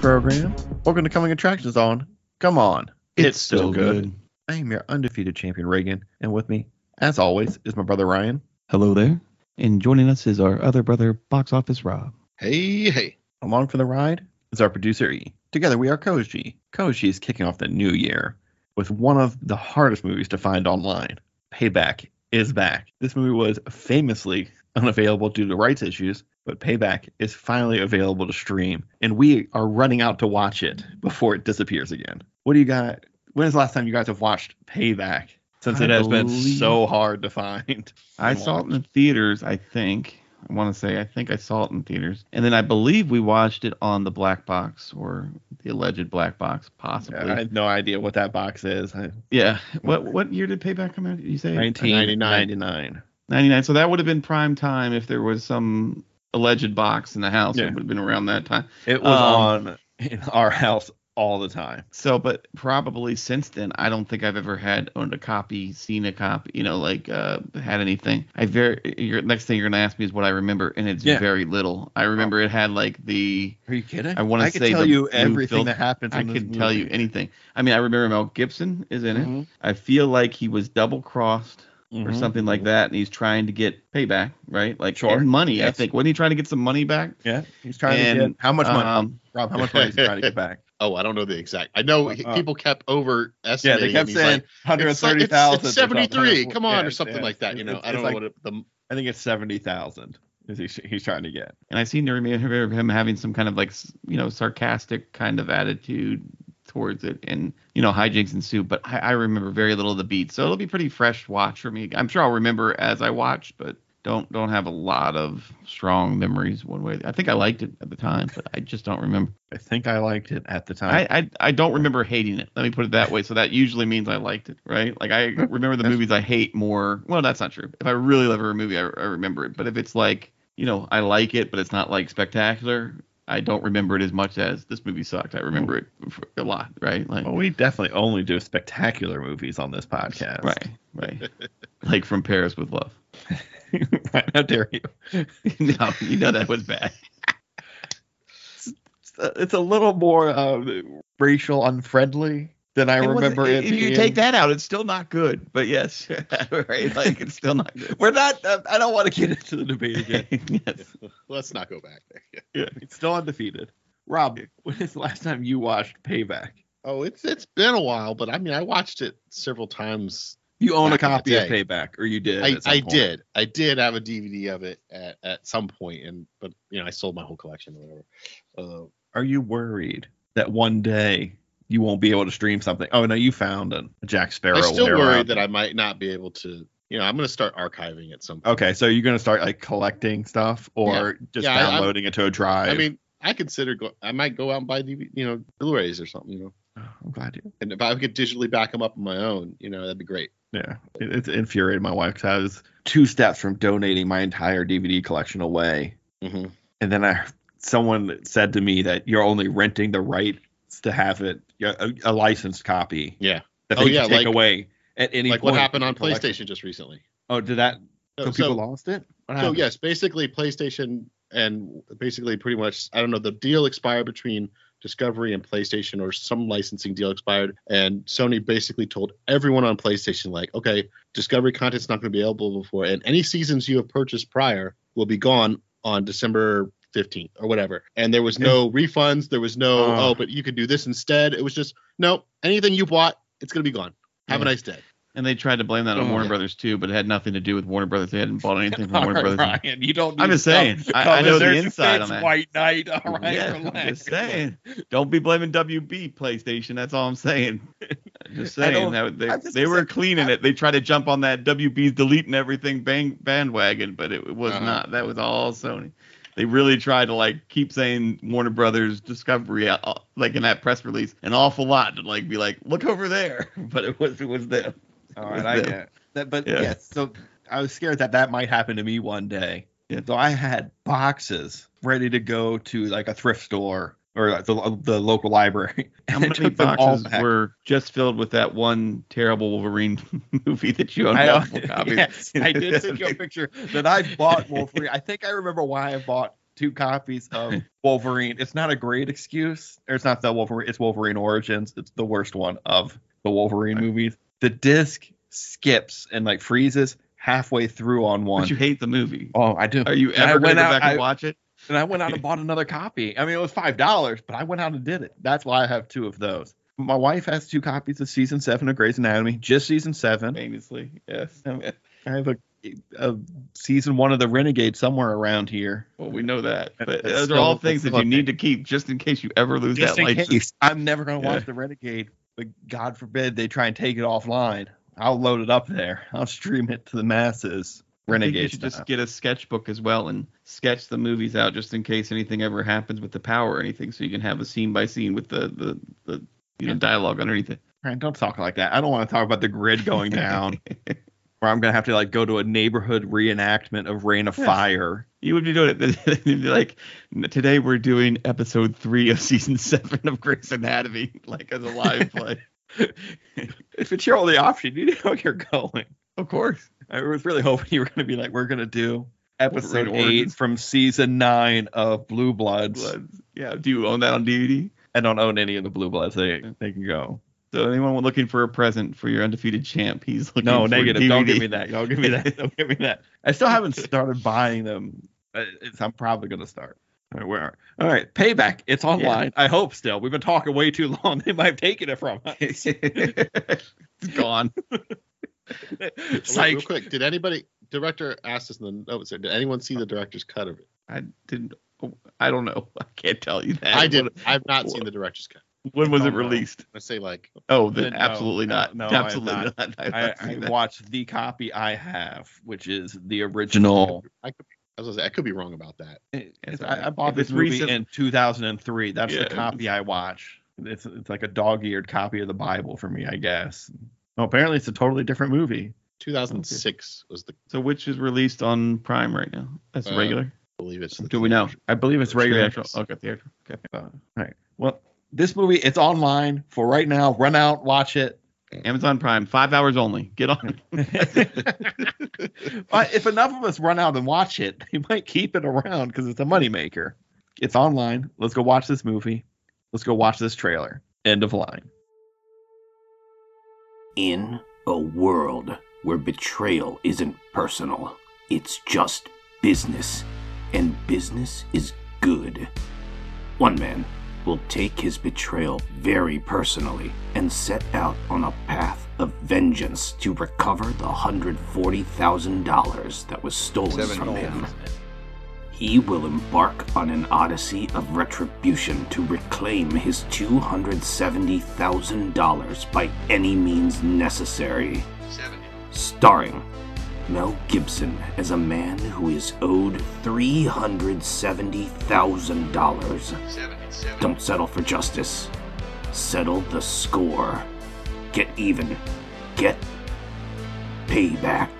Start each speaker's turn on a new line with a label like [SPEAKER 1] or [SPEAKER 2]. [SPEAKER 1] program. Welcome to Coming Attractions on. Come on. It's, still, good. I am your undefeated champion, Reagan. And with me, as always, is my brother Ryan.
[SPEAKER 2] Hello there. And joining us is our other brother, Box Office Rob.
[SPEAKER 3] Hey, hey.
[SPEAKER 1] Along for the ride is our producer E. Together we are Koji. Koji is kicking off the new year with one of the hardest movies to find online. Payback is back. This movie was famously unavailable due to rights issues, but Payback is finally available to stream, and we are running out to watch it before it disappears again. What do you got? When is the last time you guys have watched Payback? Since
[SPEAKER 2] I
[SPEAKER 1] it has been
[SPEAKER 2] believe-
[SPEAKER 1] so hard to find.
[SPEAKER 2] I saw it in the theaters, I think. I want to say, I think I saw it in theaters. And then I believe we watched it on the black box or the alleged black box, possibly.
[SPEAKER 1] I
[SPEAKER 2] Yeah.
[SPEAKER 1] have no idea what that box is. I-
[SPEAKER 2] What what year did Payback come out? Did you say?
[SPEAKER 1] 1999.
[SPEAKER 2] 99. So that would have been prime time if there was some alleged box in the house.
[SPEAKER 1] Yeah.
[SPEAKER 2] It would have been around that time.
[SPEAKER 1] It was
[SPEAKER 2] Um,
[SPEAKER 1] on in our house all the time.
[SPEAKER 2] So, but probably since then, I don't think I've ever had owned a copy, seen a copy, you know, like uh, had anything. I very your next thing you're gonna ask me is what I remember, and it's
[SPEAKER 1] Yeah.
[SPEAKER 2] very little. I remember it had like the
[SPEAKER 1] Are you kidding?
[SPEAKER 2] I wanna
[SPEAKER 1] I could
[SPEAKER 2] say
[SPEAKER 1] tell
[SPEAKER 2] the
[SPEAKER 1] you
[SPEAKER 2] blue
[SPEAKER 1] everything
[SPEAKER 2] fil-
[SPEAKER 1] that happens.
[SPEAKER 2] I
[SPEAKER 1] in this
[SPEAKER 2] could tell you
[SPEAKER 1] movie.
[SPEAKER 2] anything. I mean, I remember Mel Gibson is in it.
[SPEAKER 1] Mhm,
[SPEAKER 2] I feel like he was double crossed or
[SPEAKER 1] mhm.
[SPEAKER 2] something like that, and he's trying to get payback, right? Like
[SPEAKER 1] Sure.
[SPEAKER 2] and money, I
[SPEAKER 1] Yes.
[SPEAKER 2] think. Wasn't he trying to get some money back?
[SPEAKER 1] Yeah, he's trying to
[SPEAKER 2] And,
[SPEAKER 1] get uh, how much money,
[SPEAKER 2] Um,
[SPEAKER 1] Rob? How much money is he trying to get back?
[SPEAKER 3] Oh, I don't know the exact. I know he-
[SPEAKER 1] Uh,
[SPEAKER 3] people kept
[SPEAKER 1] Yeah,
[SPEAKER 3] overestimating.
[SPEAKER 1] they
[SPEAKER 3] it,
[SPEAKER 1] kept
[SPEAKER 3] and he's
[SPEAKER 1] saying
[SPEAKER 3] like,
[SPEAKER 1] hundred
[SPEAKER 3] it's, like-
[SPEAKER 1] thirty
[SPEAKER 3] it's-
[SPEAKER 1] thousand.
[SPEAKER 3] It's 73. Come on, or something like that. You know, I don't know what it, the
[SPEAKER 1] I think it's seventy thousand. Is he, he's trying to get?
[SPEAKER 2] and I seem to remember him having some kind of like s- you know sarcastic kind of attitude towards it, and you know hijinks ensue. But I, I remember very little of the beat, so it'll be pretty fresh watch for me. I'm sure I'll remember as I watch, but don't don't have a lot of strong memories one way. I think I liked it at the time, but I just don't remember.
[SPEAKER 1] I think I liked it at the time.
[SPEAKER 2] I, I I don't remember hating it. Let me put it that way. So that usually means I liked it, right? Like I remember the movies I hate more. Well, that's not true. If I really love a movie, I, I remember it. But if it's like you know I like it, but it's not like spectacular, I don't remember it as much as this movie sucked. I remember it
[SPEAKER 1] Oh.
[SPEAKER 2] f- a lot, right? Like
[SPEAKER 1] well, we definitely only do spectacular movies on this podcast.
[SPEAKER 2] right, right. like from Paris with Love.
[SPEAKER 1] right. How dare you?
[SPEAKER 2] no, you know that was bad.
[SPEAKER 1] it's a- it's a little more um, racial unfriendly than I
[SPEAKER 2] It wasn't-
[SPEAKER 1] remember it.
[SPEAKER 2] If you
[SPEAKER 1] being.
[SPEAKER 2] take that out, it's still not good. But yes, right? Like it's still not good.
[SPEAKER 1] we're not. Uh, I don't want to get into the debate again.
[SPEAKER 2] yes.
[SPEAKER 3] let's not go back there. Yeah.
[SPEAKER 1] it's still undefeated. Rob, when is the last time you watched Payback?
[SPEAKER 3] Oh, it's it's been a while, but I mean, I watched it several times.
[SPEAKER 1] You own a
[SPEAKER 3] Back in the
[SPEAKER 1] copy of Payback, or you did?
[SPEAKER 3] I,
[SPEAKER 1] at some
[SPEAKER 3] I
[SPEAKER 1] point.
[SPEAKER 3] did. I did have a DVD of it at, at some point, and but you know, I sold my whole collection or whatever. Uh,
[SPEAKER 1] Are you worried that one day you won't be able to stream something? Oh no, you found a Jack Sparrow.
[SPEAKER 3] I'm still
[SPEAKER 1] whatever.
[SPEAKER 3] worried that I might not be able to. You know, I'm going to start archiving at some point.
[SPEAKER 1] Okay, so you're gonna start like collecting stuff or just
[SPEAKER 3] Yeah, I- I'm-
[SPEAKER 1] downloading it to a drive.
[SPEAKER 3] I mean, I consider go- I might go out and buy DVD, you know, Blu-rays or something, you know.
[SPEAKER 1] I'm glad you.
[SPEAKER 3] And if I could digitally back them up on my own, you know, that'd be great.
[SPEAKER 1] Yeah, it, it's infuriated my wife because I was two steps from donating my entire DVD collection away,
[SPEAKER 3] Mm-hmm.
[SPEAKER 1] and then I someone said to me that you're only renting the rights to have it a, a licensed copy.
[SPEAKER 3] Yeah.
[SPEAKER 1] that
[SPEAKER 3] Oh,
[SPEAKER 1] they
[SPEAKER 3] yeah,
[SPEAKER 1] can take
[SPEAKER 3] like-
[SPEAKER 1] away at any
[SPEAKER 3] Like
[SPEAKER 1] point.
[SPEAKER 3] what happened on
[SPEAKER 1] Collection.
[SPEAKER 3] PlayStation just recently.
[SPEAKER 1] Oh, did that? So,
[SPEAKER 3] So,
[SPEAKER 1] people
[SPEAKER 3] so,
[SPEAKER 1] lost it. What
[SPEAKER 3] so
[SPEAKER 1] happened?
[SPEAKER 3] yes, basically PlayStation and basically pretty much I don't know the deal expired between Discovery and PlayStation or some licensing deal expired, and Sony basically told everyone on PlayStation like, okay, Discovery content's not going to be available before, and any seasons you have purchased prior will be gone on December. 15th or whatever and there was no refunds there was no
[SPEAKER 1] Oh.
[SPEAKER 3] oh but you could do this instead it was just no anything you bought it's going to be gone have a
[SPEAKER 2] Yeah.
[SPEAKER 3] nice day
[SPEAKER 2] And they tried to blame that on
[SPEAKER 1] Oh,
[SPEAKER 2] Warner
[SPEAKER 3] yeah.
[SPEAKER 2] Brothers too, but it had nothing to do with Warner Brothers. They hadn't bought anything from Warner Brothers.
[SPEAKER 1] Ryan, you don't.
[SPEAKER 2] I'm
[SPEAKER 1] need
[SPEAKER 2] just
[SPEAKER 1] to
[SPEAKER 2] saying.
[SPEAKER 1] come-
[SPEAKER 2] I-
[SPEAKER 1] come
[SPEAKER 2] I know
[SPEAKER 1] as
[SPEAKER 2] the
[SPEAKER 1] there's
[SPEAKER 2] inside on
[SPEAKER 1] Fitz
[SPEAKER 2] that.
[SPEAKER 1] White Knight. All right,
[SPEAKER 2] yeah, I'm
[SPEAKER 1] relax.
[SPEAKER 2] just saying. Don't be blaming WB PlayStation. That's all I'm saying. I'm Just
[SPEAKER 1] I don't-
[SPEAKER 2] saying that they,
[SPEAKER 1] I'm just
[SPEAKER 2] they were
[SPEAKER 1] saying-
[SPEAKER 2] cleaning it. They tried to jump on that WB's deleting everything bang bandwagon, but it, was
[SPEAKER 3] Uh-huh.
[SPEAKER 2] not. That was all Sony. They really tried to like keep saying Warner Brothers Discovery uh, like in that press release an awful lot to like be like look over there, but it was it was them.
[SPEAKER 1] All right, I
[SPEAKER 2] Yeah.
[SPEAKER 1] get it. that. But
[SPEAKER 2] Yeah.
[SPEAKER 1] yes, so I was scared that that might happen to me one day.
[SPEAKER 2] Yeah.
[SPEAKER 1] So I had boxes ready to go to like a thrift store or like the, the local library.
[SPEAKER 2] How
[SPEAKER 1] and I
[SPEAKER 2] many
[SPEAKER 1] took them all
[SPEAKER 2] boxes
[SPEAKER 1] back.
[SPEAKER 2] were just filled with that one terrible Wolverine movie that you own
[SPEAKER 1] I,
[SPEAKER 2] multiple copies?
[SPEAKER 1] yes, I did take a picture that I bought more free. I think I remember why I bought two copies of Wolverine. It's not a great excuse. Or it's not the Wolverine. It's Wolverine Origins. It's the worst one of the Wolverine
[SPEAKER 2] Right.
[SPEAKER 1] movies. The disc skips and like freezes halfway through on one.
[SPEAKER 2] But you hate the movie.
[SPEAKER 1] oh, I do.
[SPEAKER 2] Are you
[SPEAKER 1] And I
[SPEAKER 2] ever going
[SPEAKER 1] went
[SPEAKER 2] to go
[SPEAKER 1] out-
[SPEAKER 2] back and
[SPEAKER 1] I-
[SPEAKER 2] watch it?
[SPEAKER 1] And I went out and bought another copy. I mean, it was five dollars, but I went out and did it. That's why I have two of those. My wife has two copies of season seven of Grey's Anatomy, just season seven.
[SPEAKER 2] Famously, yes.
[SPEAKER 1] No. I have a, a season one of the Renegade somewhere around here.
[SPEAKER 2] Well, we know that,
[SPEAKER 1] That- that's
[SPEAKER 2] but those are
[SPEAKER 1] still-
[SPEAKER 2] all
[SPEAKER 1] that's
[SPEAKER 2] things that
[SPEAKER 1] still
[SPEAKER 2] you
[SPEAKER 1] okay.
[SPEAKER 2] need to keep just in case you ever lose
[SPEAKER 1] Just
[SPEAKER 2] that
[SPEAKER 1] in
[SPEAKER 2] license.
[SPEAKER 1] case, I'm never going to
[SPEAKER 2] Yeah.
[SPEAKER 1] watch the Renegade, but God forbid they try and take it offline. I'll load it up there. I'll stream it to the masses.
[SPEAKER 2] I think You
[SPEAKER 1] Renegade
[SPEAKER 2] should
[SPEAKER 1] style.
[SPEAKER 2] just get a sketchbook as well and sketch the movies out just in case anything ever happens with the power or anything, so you can have a scene by scene with the the, the you know
[SPEAKER 1] Yeah.
[SPEAKER 2] dialogue underneath it.
[SPEAKER 1] Ryan, don't talk like that. I don't want to talk about the grid going down, where I'm going to have to like go to a neighborhood reenactment of Rain of
[SPEAKER 2] Yes.
[SPEAKER 1] Fire.
[SPEAKER 2] You would be doing it. You'd be like, today we're doing episode three of season seven of Grey's Anatomy, like as a live play.
[SPEAKER 1] If it's your only option, you know where you're going.
[SPEAKER 2] of course.
[SPEAKER 1] I was really hoping you were going to be like, we're going to do episode
[SPEAKER 2] Wolverine
[SPEAKER 1] eight
[SPEAKER 2] Origins.
[SPEAKER 1] from season nine of Blue Bloods.
[SPEAKER 2] Bloods. Yeah. Do you own that on DVD?
[SPEAKER 1] I don't own any of the Blue Bloods. They they can go.
[SPEAKER 2] So anyone looking for a present for your undefeated champ, he's looking
[SPEAKER 1] No,
[SPEAKER 2] for
[SPEAKER 1] negative.
[SPEAKER 2] DVD.
[SPEAKER 1] Don't give me that. Don't give me that. Don't give me that. I still haven't started buying them. Uh, It's, I'm probably going to start. All right, where are? All right, payback. It's online. I hope still. We've been talking way too long. They might have taken it from us.
[SPEAKER 2] it's gone.
[SPEAKER 3] Wait, real
[SPEAKER 1] Psych.
[SPEAKER 3] quick, did anybody director asked us in the notes? there, Did anyone see the director's cut of it?
[SPEAKER 2] I didn't. I don't know. I can't tell you that.
[SPEAKER 3] I did. I've not seen the director's cut.
[SPEAKER 2] When was
[SPEAKER 1] I
[SPEAKER 2] it
[SPEAKER 1] don't know.
[SPEAKER 2] released?
[SPEAKER 3] I say like
[SPEAKER 2] Oh, then
[SPEAKER 1] No,
[SPEAKER 2] absolutely
[SPEAKER 1] no,
[SPEAKER 2] not.
[SPEAKER 1] no, I have
[SPEAKER 2] absolutely
[SPEAKER 1] not.
[SPEAKER 2] not. I've
[SPEAKER 1] I,
[SPEAKER 2] not
[SPEAKER 1] I
[SPEAKER 2] seen that.
[SPEAKER 1] watched the copy I have, which is the original.
[SPEAKER 3] I could. I was gonna say I could be wrong about that.
[SPEAKER 1] It's-
[SPEAKER 2] It's
[SPEAKER 1] I, I
[SPEAKER 2] alright.
[SPEAKER 1] bought
[SPEAKER 2] If
[SPEAKER 1] this
[SPEAKER 2] it's
[SPEAKER 1] movie
[SPEAKER 2] recent-
[SPEAKER 1] in 2003. That's
[SPEAKER 2] Yeah,
[SPEAKER 1] the copy I watch. It's it's like a dog-eared copy of the Bible for me, I guess. Well, apparently it's a totally different movie.
[SPEAKER 3] 2006 was the.
[SPEAKER 2] So which is released on Prime right now? That's
[SPEAKER 3] Uh,
[SPEAKER 2] regular.
[SPEAKER 3] I believe it's. The
[SPEAKER 2] Do we know?
[SPEAKER 1] I believe it's regular.
[SPEAKER 2] Theatrical. Okay, theatrical. Okay.
[SPEAKER 1] Uh, all right. Well, this movie it's online for right now. Run out, watch it.
[SPEAKER 2] Amazon Prime, five hours only. Get on.
[SPEAKER 1] but if enough of us run out and watch it, they might keep it around because it's a moneymaker. It's online. Let's go watch this movie. Let's go watch this trailer. End of line.
[SPEAKER 4] In a world where betrayal isn't personal, it's just business. And business is good. One man will take his betrayal very personally and set out on a path of vengeance to recover the $140,000 that was stolen from him. He will embark on an odyssey of retribution to reclaim his $270,000 by any means necessary. Starring Mel Gibson as a man who is owed $370,000. Don't settle for justice. Settle the score. Get even. Get payback.